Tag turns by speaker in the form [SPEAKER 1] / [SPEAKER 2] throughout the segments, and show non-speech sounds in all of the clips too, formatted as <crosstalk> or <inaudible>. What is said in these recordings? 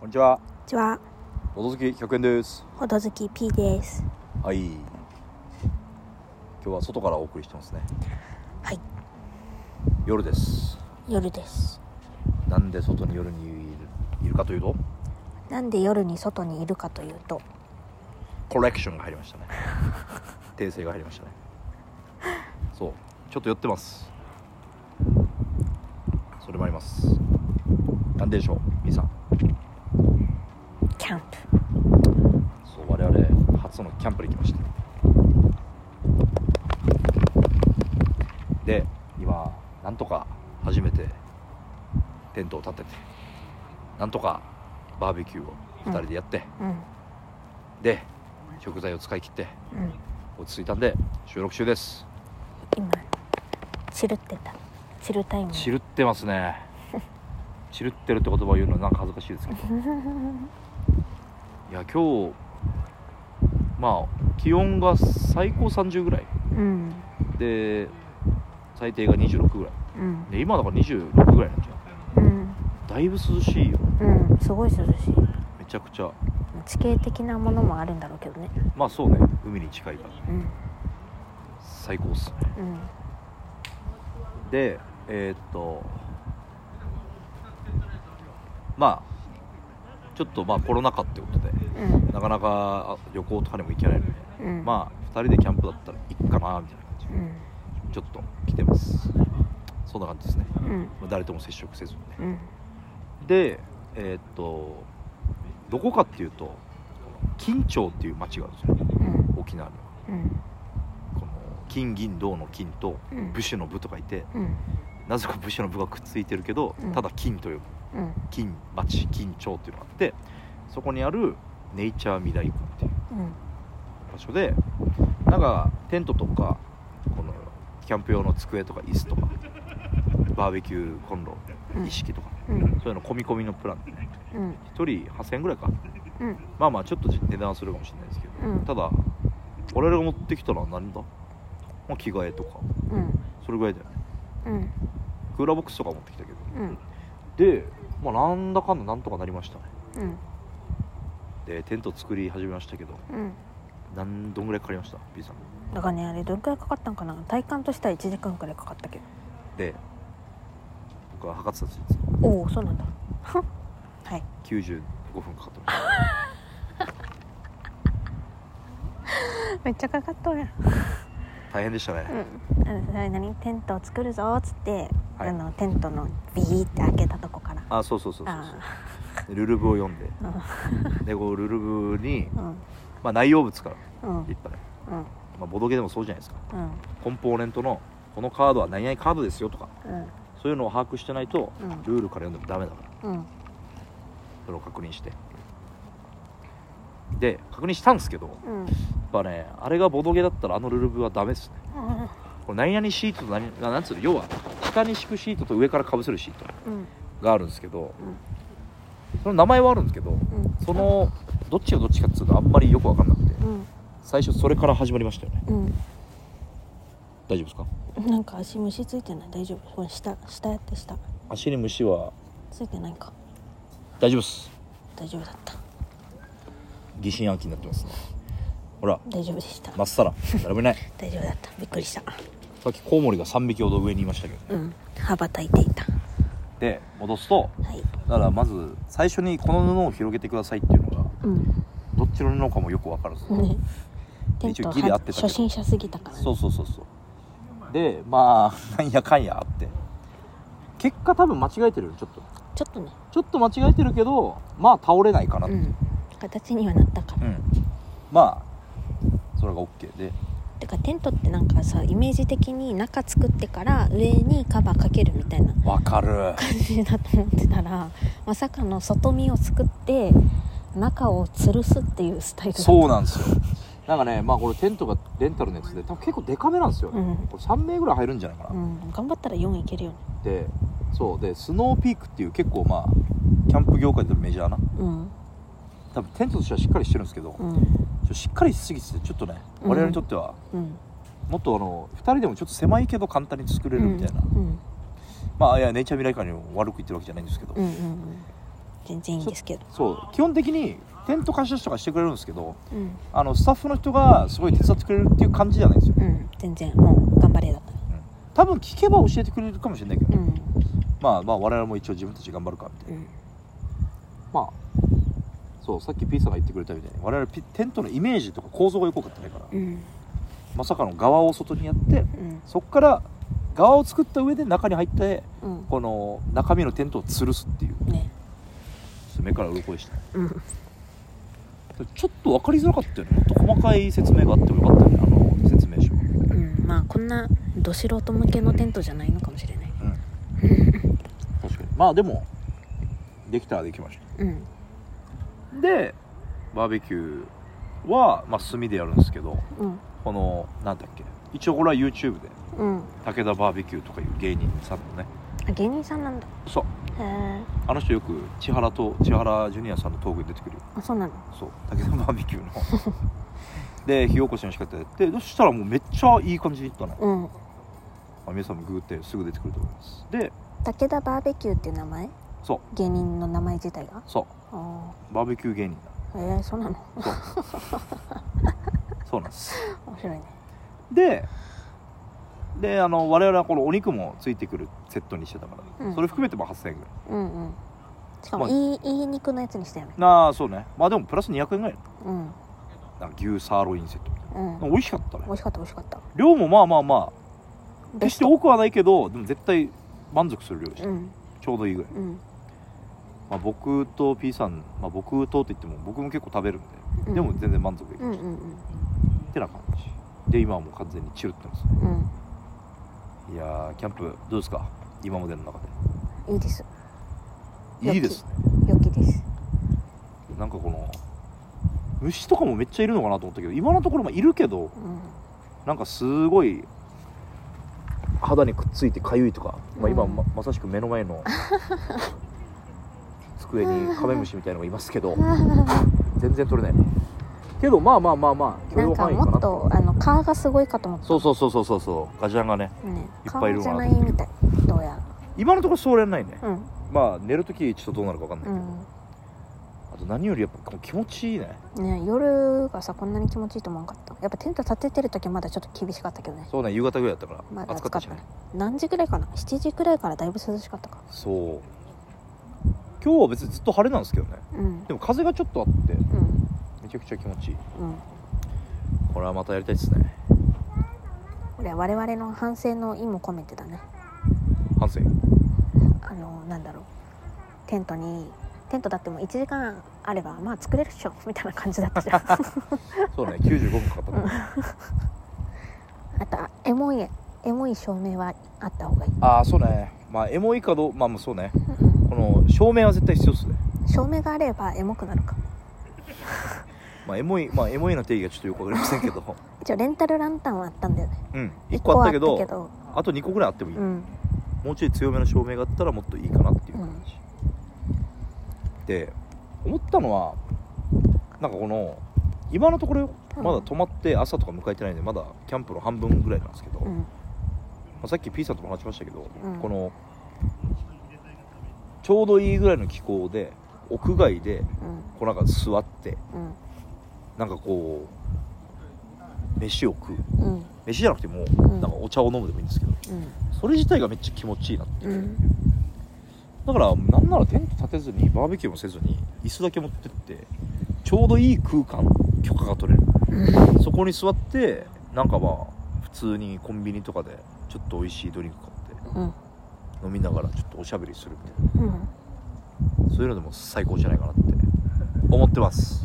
[SPEAKER 1] こんにちは。
[SPEAKER 2] こんにちは、
[SPEAKER 1] ほどずき100円です。
[SPEAKER 2] ほどずき P です。
[SPEAKER 1] はい。今日は外からお送りしてますね。
[SPEAKER 2] はい、
[SPEAKER 1] 夜です。
[SPEAKER 2] 夜です。
[SPEAKER 1] なんで外に夜にいるいるかというと、
[SPEAKER 2] なんで夜に外にいるかというと、
[SPEAKER 1] コレクションが入りま
[SPEAKER 2] <laughs>
[SPEAKER 1] したね。訂正が入りましたね。そう、ちょっと寄ってます。それもあります。なんででしょう、みーさん。
[SPEAKER 2] キャン
[SPEAKER 1] そう、我々初のキャンプに行きました。で、今、なんとか初めてテントを立てて、なんとかバーベキューを2人でやって、
[SPEAKER 2] プ。うん、
[SPEAKER 1] で、食材を使い切って、
[SPEAKER 2] うん。
[SPEAKER 1] 落ち着いたんで、収録中です。
[SPEAKER 2] 今、チルってた。チルタイム。
[SPEAKER 1] チルってますね。
[SPEAKER 2] <laughs>
[SPEAKER 1] チルってるって言葉を言うのはなんか恥ずかしいですけど。いや、今日、まあ、気温が最高30ぐらい。
[SPEAKER 2] うん、
[SPEAKER 1] で最低が26ぐらい
[SPEAKER 2] うん、
[SPEAKER 1] で今だから26ぐらいなんじゃ
[SPEAKER 2] うん、
[SPEAKER 1] んだいぶ涼しいよ
[SPEAKER 2] うん。すごい涼しい。
[SPEAKER 1] めちゃくちゃ
[SPEAKER 2] 地形的なものもあるんだろうけどね。
[SPEAKER 1] まあそうね海に近いから
[SPEAKER 2] うん、
[SPEAKER 1] 最高っすね
[SPEAKER 2] うん、
[SPEAKER 1] でえーっとまあちょっとまあコロナ禍ってことで
[SPEAKER 2] うん、
[SPEAKER 1] なかなかあ旅行とかにも行けないので
[SPEAKER 2] うん。
[SPEAKER 1] まあ2人でキャンプだったら行くかなみたいな感じ
[SPEAKER 2] あ、うん、
[SPEAKER 1] でちょっと来てますそんな感じですね
[SPEAKER 2] うん、
[SPEAKER 1] まあ誰とも接触せずにね
[SPEAKER 2] うん、
[SPEAKER 1] でえーっとどこかっていうと金町っていう町があるんですよ
[SPEAKER 2] うん、
[SPEAKER 1] 沖縄には
[SPEAKER 2] うん、
[SPEAKER 1] この金銀銅の金と
[SPEAKER 2] うん
[SPEAKER 1] 武士の部と書いて
[SPEAKER 2] うん、
[SPEAKER 1] なぜか武士の部がくっついてるけど
[SPEAKER 2] うん
[SPEAKER 1] ただ金という
[SPEAKER 2] うん、
[SPEAKER 1] 金町金町っていうのがあってそこにあるネイチャー未来館っていう
[SPEAKER 2] うん、
[SPEAKER 1] 場所でなんかテントとかこのキャンプ用の机とか椅子とかバーベキューコンロ
[SPEAKER 2] うん
[SPEAKER 1] 一式とか、
[SPEAKER 2] うん、
[SPEAKER 1] そういうの込み込みのプランでね
[SPEAKER 2] うん、
[SPEAKER 1] 1人8000円ぐらいか
[SPEAKER 2] うん、
[SPEAKER 1] まあまあちょっと値段はするかもしれないですけど、
[SPEAKER 2] うん
[SPEAKER 1] ただ我々が持ってきたのは何だ、まあ、着替えとか
[SPEAKER 2] うん、
[SPEAKER 1] それぐらいだよね
[SPEAKER 2] うん、
[SPEAKER 1] クーラーボックスとか持ってきたけど
[SPEAKER 2] うん、
[SPEAKER 1] で、まあ、なんだかんだなんとかなりましたね
[SPEAKER 2] うん、
[SPEAKER 1] でテント作り始めましたけど
[SPEAKER 2] うん。
[SPEAKER 1] なんどんぐらいかかりました B さん
[SPEAKER 2] だからねあれどれくらいかかったんかな体感としては1時間くらいかかったけど
[SPEAKER 1] で僕は測ってたんですよ
[SPEAKER 2] おおそうなんだはい
[SPEAKER 1] 95分かかってまし
[SPEAKER 2] めっちゃかかっとるやん
[SPEAKER 1] た大変でしたね、
[SPEAKER 2] うんあの何テントを作るぞーっつって、
[SPEAKER 1] はい
[SPEAKER 2] あのテントのビーって開けたとこから
[SPEAKER 1] あそうそうそうそう
[SPEAKER 2] あ
[SPEAKER 1] そうルルブを読んで
[SPEAKER 2] あ
[SPEAKER 1] <laughs> でこうルルブに、
[SPEAKER 2] うん
[SPEAKER 1] まあ、内容物から
[SPEAKER 2] うん
[SPEAKER 1] いったね、
[SPEAKER 2] うん
[SPEAKER 1] まあ、ボドゲでもそうじゃないですか
[SPEAKER 2] うん
[SPEAKER 1] コンポーネントのこのカードは何々カードですよとか
[SPEAKER 2] うん
[SPEAKER 1] そういうのを把握してないと
[SPEAKER 2] うん
[SPEAKER 1] ルールから読んでもダメだから
[SPEAKER 2] うん
[SPEAKER 1] それを確認してで確認したんですけどや
[SPEAKER 2] うん
[SPEAKER 1] っぱねあれがボドゲだったらあのルール部はダメですね
[SPEAKER 2] うん
[SPEAKER 1] これ何々シートと何あなんつうの要は下に敷くシートと上からかぶせるシート
[SPEAKER 2] うん
[SPEAKER 1] があるんですけどその名前はあるんですけど
[SPEAKER 2] うん
[SPEAKER 1] そのどっちがどっちかっつうのあんまりよく分かんなくて
[SPEAKER 2] うん
[SPEAKER 1] 最初それから始まりましたよね
[SPEAKER 2] う
[SPEAKER 1] 大丈夫ですか
[SPEAKER 2] んなんか足虫ついてない大丈夫これ下下やって下
[SPEAKER 1] 足に虫は
[SPEAKER 2] ついてないか
[SPEAKER 1] 大丈夫です
[SPEAKER 2] 大丈夫だった
[SPEAKER 1] 疑心暗鬼になってますねほら
[SPEAKER 2] 大丈夫でした
[SPEAKER 1] まっさら誰もいない
[SPEAKER 2] 大丈夫だったびっくりした
[SPEAKER 1] さっきコウモリが3匹ほど上にいましたけど
[SPEAKER 2] うん羽ばたいていた
[SPEAKER 1] で戻すと
[SPEAKER 2] はい
[SPEAKER 1] だからまず最初にこの布を広げてくださいっていうのが
[SPEAKER 2] うん
[SPEAKER 1] どっちの布かもよく分からず、
[SPEAKER 2] ねテン
[SPEAKER 1] 一
[SPEAKER 2] ト
[SPEAKER 1] 応
[SPEAKER 2] は
[SPEAKER 1] ギリ合ってたけど
[SPEAKER 2] 初心者すぎたからね
[SPEAKER 1] そうそうそうそうでまあ <laughs> なんやかんやあって結果多分間違えてるよちょっと
[SPEAKER 2] ちょっとね
[SPEAKER 1] ちょっと間違えてるけどまあ倒れないかなって
[SPEAKER 2] う
[SPEAKER 1] うん、
[SPEAKER 2] ん形にはなったから、
[SPEAKER 1] まあそれが OK で
[SPEAKER 2] てかテントってなんかさイメージ的に中作ってから上にカバーかけるみたいな
[SPEAKER 1] 分かる
[SPEAKER 2] 感じだと思ってたらまさかの外見を作って中を吊るすっていうスタイルだった
[SPEAKER 1] そうなんですよなんかねまあこれテントがレンタルのやつで多分結構デカめなんですよ、
[SPEAKER 2] う
[SPEAKER 1] ね
[SPEAKER 2] ん、
[SPEAKER 1] これ3名ぐらい入るんじゃないかな、
[SPEAKER 2] うん、頑張ったら4いけるよね
[SPEAKER 1] でそうでスノーピークっていう結構まあキャンプ業界でもメジャーな
[SPEAKER 2] うん
[SPEAKER 1] 多分テントとしてはしっかりしてるんですけど、ち
[SPEAKER 2] う
[SPEAKER 1] ょ
[SPEAKER 2] ん
[SPEAKER 1] っとしっかりしすぎててちょっとね
[SPEAKER 2] うん
[SPEAKER 1] 我々にとっては
[SPEAKER 2] うん
[SPEAKER 1] もっとあの2人でもちょっと狭いけど簡単に作れるみたいな、
[SPEAKER 2] うん
[SPEAKER 1] まあいやネイチャー未来館にも悪く言ってるわけじゃないんですけど、
[SPEAKER 2] うんうんうん全然いいんですけど
[SPEAKER 1] そう基本的にテント貸し出しとかしてくれるんですけど
[SPEAKER 2] うん
[SPEAKER 1] あのスタッフの人がすごい手伝ってくれるっていう感じじゃないんですよ
[SPEAKER 2] うん全然もう頑張れだった
[SPEAKER 1] 多分聞けば教えてくれるかもしれないけど、
[SPEAKER 2] うん
[SPEAKER 1] まあまあ我々も一応自分たち頑張るかみたい
[SPEAKER 2] う
[SPEAKER 1] な、
[SPEAKER 2] ん
[SPEAKER 1] まあそうさっき P さんが言ってくれたみたいに我々ピテントのイメージとか構造がよく分かってないから、
[SPEAKER 2] うん
[SPEAKER 1] まさかの側を外にやって
[SPEAKER 2] うん
[SPEAKER 1] そこから側を作った上で中に入って
[SPEAKER 2] うん
[SPEAKER 1] この中身のテントを吊るすっていう
[SPEAKER 2] ね
[SPEAKER 1] 目から鱗でした
[SPEAKER 2] うん
[SPEAKER 1] ちょっと分かりづらかったよねもっと細かい説明があってもよかったよねあの説明書、うん、
[SPEAKER 2] うんまあこんなど素人向けのテントじゃないのかもしれない
[SPEAKER 1] 確かにまあでもできたらできまし
[SPEAKER 2] うん
[SPEAKER 1] たでバーベキューは、まあ、炭でやるんですけど
[SPEAKER 2] うん
[SPEAKER 1] このなんだっけ一応これは YouTube で
[SPEAKER 2] うん
[SPEAKER 1] 武田バーベキューとかいう芸人さんのね
[SPEAKER 2] あ芸人さんなんだ
[SPEAKER 1] そう
[SPEAKER 2] へえ
[SPEAKER 1] あの人よく千原と千原ジュニアさんのトークに出てくるよ
[SPEAKER 2] あそうなの
[SPEAKER 1] そう武田バーベキューので火起こしの仕方やってそしたらもうめっちゃいい感じにいったの、ま
[SPEAKER 2] うん
[SPEAKER 1] あ、皆さんもググってすぐ出てくると思いますで
[SPEAKER 2] 武田バーベキューっていう名前
[SPEAKER 1] そう
[SPEAKER 2] 芸人の名前自体が
[SPEAKER 1] そ
[SPEAKER 2] あ
[SPEAKER 1] うバーベキュー芸人
[SPEAKER 2] あええそうなの
[SPEAKER 1] だそうそうなんです
[SPEAKER 2] <laughs> 面白いね
[SPEAKER 1] でであの我々はこのお肉もついてくるセットにしてたから、
[SPEAKER 2] うん
[SPEAKER 1] それ含めても8000円ぐらい
[SPEAKER 2] うんうんしかも
[SPEAKER 1] まあ
[SPEAKER 2] いいいい肉のやつにしたよね
[SPEAKER 1] なあそうねまあでもプラス200円ぐらい
[SPEAKER 2] うん
[SPEAKER 1] なんか牛サーロインセットみたい
[SPEAKER 2] うん
[SPEAKER 1] な美味しかったね
[SPEAKER 2] 美味しかった美味しかった
[SPEAKER 1] 量もまあまあまあ
[SPEAKER 2] ベ
[SPEAKER 1] 決し
[SPEAKER 2] ス
[SPEAKER 1] て
[SPEAKER 2] ト
[SPEAKER 1] 多くはないけどでも絶対満足する量でした、
[SPEAKER 2] うん
[SPEAKER 1] ちょうどいいぐらい、
[SPEAKER 2] うん
[SPEAKER 1] まあ、僕と P さん、まあ、僕とって言っても僕も結構食べるんで、
[SPEAKER 2] うん
[SPEAKER 1] でも全然満足いき
[SPEAKER 2] う
[SPEAKER 1] ま
[SPEAKER 2] んう
[SPEAKER 1] した、
[SPEAKER 2] んうん
[SPEAKER 1] ってな感じで今はもう完全にチルってますね
[SPEAKER 2] うん
[SPEAKER 1] いやーキャンプどうですか今までの中
[SPEAKER 2] いいです
[SPEAKER 1] でいいですね
[SPEAKER 2] 良きです
[SPEAKER 1] なんかこの虫とかもめっちゃいるのかなと思ったけど今のところもいるけど <laughs>
[SPEAKER 2] うん
[SPEAKER 1] なんかすごい肌にくっついてかゆいとか、まあ、今
[SPEAKER 2] うん
[SPEAKER 1] ままさしく目の前
[SPEAKER 2] <laughs>
[SPEAKER 1] の机にカメムシみたいのがいますけど全然取れないけどまあまあまあまあ許
[SPEAKER 2] な
[SPEAKER 1] 容
[SPEAKER 2] んか
[SPEAKER 1] 範囲か
[SPEAKER 2] も
[SPEAKER 1] な
[SPEAKER 2] っとあの蚊がすごいかと思った
[SPEAKER 1] そうそうそうそうそうそうガジャンがね
[SPEAKER 2] ね
[SPEAKER 1] いっぱいいる
[SPEAKER 2] 蚊じゃ
[SPEAKER 1] のか
[SPEAKER 2] な
[SPEAKER 1] ないと思
[SPEAKER 2] みたいどうやら
[SPEAKER 1] 今のところそれないね、
[SPEAKER 2] うん
[SPEAKER 1] まあ寝るときちょっとどうなるかわかんないうけど、
[SPEAKER 2] ん
[SPEAKER 1] あと何よりやっぱこう気持ちいいね
[SPEAKER 2] ね夜がさこんなに気持ちいいと思わなかったやっぱテント立ててる時はまだちょっと厳しかったけどね
[SPEAKER 1] そうね夕方ぐらいだったから、
[SPEAKER 2] まだ
[SPEAKER 1] 暑か
[SPEAKER 2] 暑
[SPEAKER 1] っ
[SPEAKER 2] か
[SPEAKER 1] た
[SPEAKER 2] っ
[SPEAKER 1] したね
[SPEAKER 2] ね何時ぐらいかな7時ぐらいからだいぶ涼しかったか
[SPEAKER 1] そう今日は別にずっと晴れなんですけどね
[SPEAKER 2] うん
[SPEAKER 1] でも風がちょっとあって
[SPEAKER 2] うん
[SPEAKER 1] めちゃくちゃ気持ちいい
[SPEAKER 2] うん
[SPEAKER 1] これはまたやりたいですね
[SPEAKER 2] これは我々の反省の意も込めてだね
[SPEAKER 1] 反省
[SPEAKER 2] あのなんだろうテントにテントだっても1時間あればまあ作れるっしょみたいな感じだったじ
[SPEAKER 1] <laughs>
[SPEAKER 2] ゃん
[SPEAKER 1] そうね95分かかったから、
[SPEAKER 2] あとあエモいエモい照明はあった方がいい、
[SPEAKER 1] ああそうねまあエモいかどうまあまあそうね
[SPEAKER 2] うん
[SPEAKER 1] この照明は絶対必要っすね
[SPEAKER 2] 照明があればエモくなるか
[SPEAKER 1] まあエモいまあエモいの定義がちょっとよくわかりませんけ <laughs> ど
[SPEAKER 2] 一応レンタルランタンはあったんだよね
[SPEAKER 1] うん1個あったけど
[SPEAKER 2] 一個あっ
[SPEAKER 1] あと2個ぐらいあってもい
[SPEAKER 2] た
[SPEAKER 1] い、
[SPEAKER 2] けどうん
[SPEAKER 1] もうちょい強めの照明があったらもっといいかなっていう感じ、で思ったのはなんかこの今のところ
[SPEAKER 2] うん
[SPEAKER 1] まだ泊まって朝とか迎えてないんでまだキャンプの半分ぐらいなんですけど、
[SPEAKER 2] う
[SPEAKER 1] ま
[SPEAKER 2] ん
[SPEAKER 1] あ、さっき P さんとも話しましたけど、
[SPEAKER 2] うん
[SPEAKER 1] このちょうどいいぐらいの気候で屋外で
[SPEAKER 2] うん
[SPEAKER 1] こうなんか座って
[SPEAKER 2] うん
[SPEAKER 1] なんかこう飯を食う
[SPEAKER 2] うん
[SPEAKER 1] 飯じゃなくても
[SPEAKER 2] うん
[SPEAKER 1] なんかお茶を飲むでもいいんですけど
[SPEAKER 2] うん
[SPEAKER 1] それ自体がめっちゃ気持ちいいなっていうう、
[SPEAKER 2] ん
[SPEAKER 1] だからなんならテント立てずにバーベキューもせずに椅子だけ持ってってちょうどいい空間許可が取れるそこに座ってなんかまあ普通にコンビニとかでちょっと美味しいドリンク買って
[SPEAKER 2] うん
[SPEAKER 1] 飲みながらちょっとおしゃべりするみたい
[SPEAKER 2] うん
[SPEAKER 1] なそういうのでも最高じゃないかなって思ってます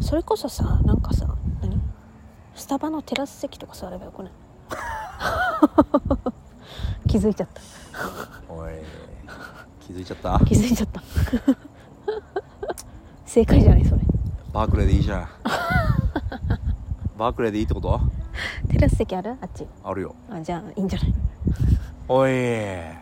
[SPEAKER 2] それこそさなんかさ何スタバのテラス席とか座ればよくない <laughs> 気づいちゃった
[SPEAKER 1] お <laughs> い気づいちゃった
[SPEAKER 2] 気づいちゃった <laughs> 正解じゃないそれ
[SPEAKER 1] バークレーでいいじゃんバークレーでいいってこと
[SPEAKER 2] テラス席あるあっち
[SPEAKER 1] あるよ
[SPEAKER 2] あじゃあいいんじゃない
[SPEAKER 1] おい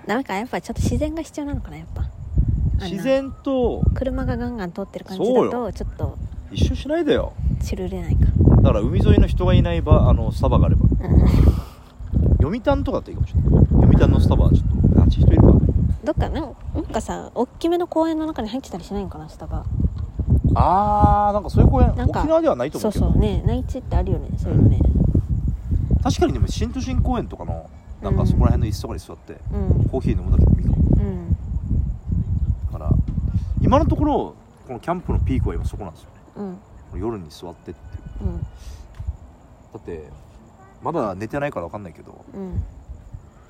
[SPEAKER 2] ダメかやっぱちょっと自然が必要なのかなやっぱあんな
[SPEAKER 1] 自然と
[SPEAKER 2] 車がガンガン通ってる感じ
[SPEAKER 1] そう
[SPEAKER 2] だと
[SPEAKER 1] よ
[SPEAKER 2] ちょっと
[SPEAKER 1] 一緒しないでよ
[SPEAKER 2] チルれないか
[SPEAKER 1] だから海沿いの人がいない場あのスタバがあれば
[SPEAKER 2] うん
[SPEAKER 1] 読谷とかだっていいかもしれない読谷のスタバはちょっとあっち人いるからね
[SPEAKER 2] どっかなんなんかさ大きめの公園の中に入ってたりしないのかな下が
[SPEAKER 1] あーなんかそういう公園
[SPEAKER 2] なんか
[SPEAKER 1] 沖縄ではないと
[SPEAKER 2] そ
[SPEAKER 1] 思
[SPEAKER 2] う
[SPEAKER 1] うけど
[SPEAKER 2] そうね内地ってあるよねそういうのね
[SPEAKER 1] 確かにでも新都心公園とかのなんかそこら辺の椅子とかに座って
[SPEAKER 2] うん
[SPEAKER 1] コーヒー飲むだけでもいいかも
[SPEAKER 2] うん
[SPEAKER 1] だから今のところこのキャンプのピークは今そこなんですよね
[SPEAKER 2] うん
[SPEAKER 1] 夜に座ってっていう
[SPEAKER 2] うん
[SPEAKER 1] だってまだ寝てないから分かんないけど
[SPEAKER 2] うん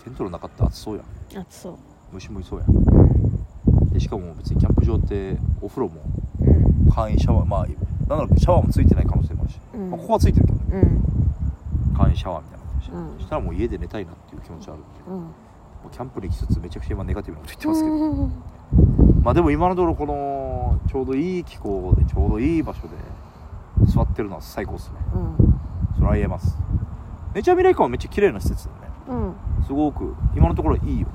[SPEAKER 1] テントの中って暑そうやん
[SPEAKER 2] 暑そう
[SPEAKER 1] 虫もいそうやんでしかも別にキャンプ場ってお風呂も
[SPEAKER 2] うん
[SPEAKER 1] 簡易シャワーまあなんだろうシャワーもついてない可能性もあるし、
[SPEAKER 2] うん
[SPEAKER 1] まあここはついてるけどね
[SPEAKER 2] うん
[SPEAKER 1] 簡易シャワーみたいな感じで、
[SPEAKER 2] うん
[SPEAKER 1] そしたらもう家で寝たいなっていう気持ちはあるんで、
[SPEAKER 2] う
[SPEAKER 1] も
[SPEAKER 2] ん
[SPEAKER 1] うキャンプに行きつつめちゃくちゃ今ネガティブなこと言ってますけど、
[SPEAKER 2] うん
[SPEAKER 1] まあでも今のところこのちょうどいい気候でちょうどいい場所で座ってるのは最高ですねそれは言えますネイチャーミライ館はめっちゃ綺麗な施設だよね
[SPEAKER 2] うん
[SPEAKER 1] すごく今のところいいよね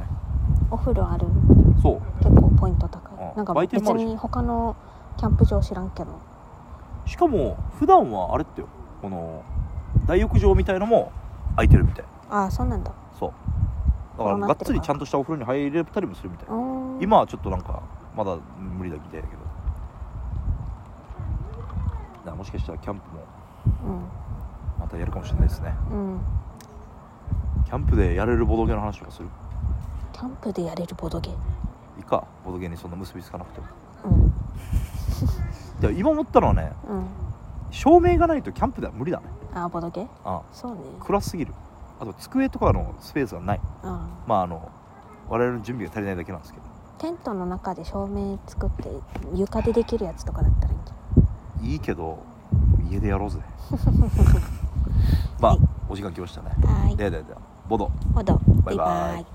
[SPEAKER 2] お風呂ある
[SPEAKER 1] そう
[SPEAKER 2] 結構ポイント高
[SPEAKER 1] うん
[SPEAKER 2] いなんか
[SPEAKER 1] 売
[SPEAKER 2] 別
[SPEAKER 1] 店もあるし
[SPEAKER 2] に他のキャンプ場知らんけど
[SPEAKER 1] しかも普段はあれってよこの大浴場みたいのも空いてるみたい
[SPEAKER 2] ああそうなんだ
[SPEAKER 1] そうだから
[SPEAKER 2] どう
[SPEAKER 1] が
[SPEAKER 2] な
[SPEAKER 1] っ
[SPEAKER 2] ってるか
[SPEAKER 1] つりちゃんとしたお風呂に入れたりもするみたい
[SPEAKER 2] おー
[SPEAKER 1] 今はちょっとなんかまだ無理だみたいだけどだからもしかしたらキャンプもまたやるかもしれないですね
[SPEAKER 2] うんうん
[SPEAKER 1] キャンプでやれるボドゲの話とかする
[SPEAKER 2] キャンプでやれるボドゲ
[SPEAKER 1] いいかボドゲにそんな結びつかなくても
[SPEAKER 2] うん
[SPEAKER 1] で今思ったのはね
[SPEAKER 2] うん
[SPEAKER 1] 照明がないとキャンプでは無理だね
[SPEAKER 2] あーボドゲ
[SPEAKER 1] あ
[SPEAKER 2] そうね
[SPEAKER 1] 暗すぎるあと机とかのスペースがない
[SPEAKER 2] うん
[SPEAKER 1] まああの我々の準備が足りないだけなんですけど
[SPEAKER 2] テントの中で照明作って床でできるやつとかだったらいいんじゃ
[SPEAKER 1] いいけど家でや
[SPEAKER 2] <laughs>
[SPEAKER 1] ろうぜまあ、
[SPEAKER 2] はい
[SPEAKER 1] お時間来ましたね
[SPEAKER 2] ないはーい
[SPEAKER 1] ではではではボド
[SPEAKER 2] ほど
[SPEAKER 1] バイバイ
[SPEAKER 2] バイバイ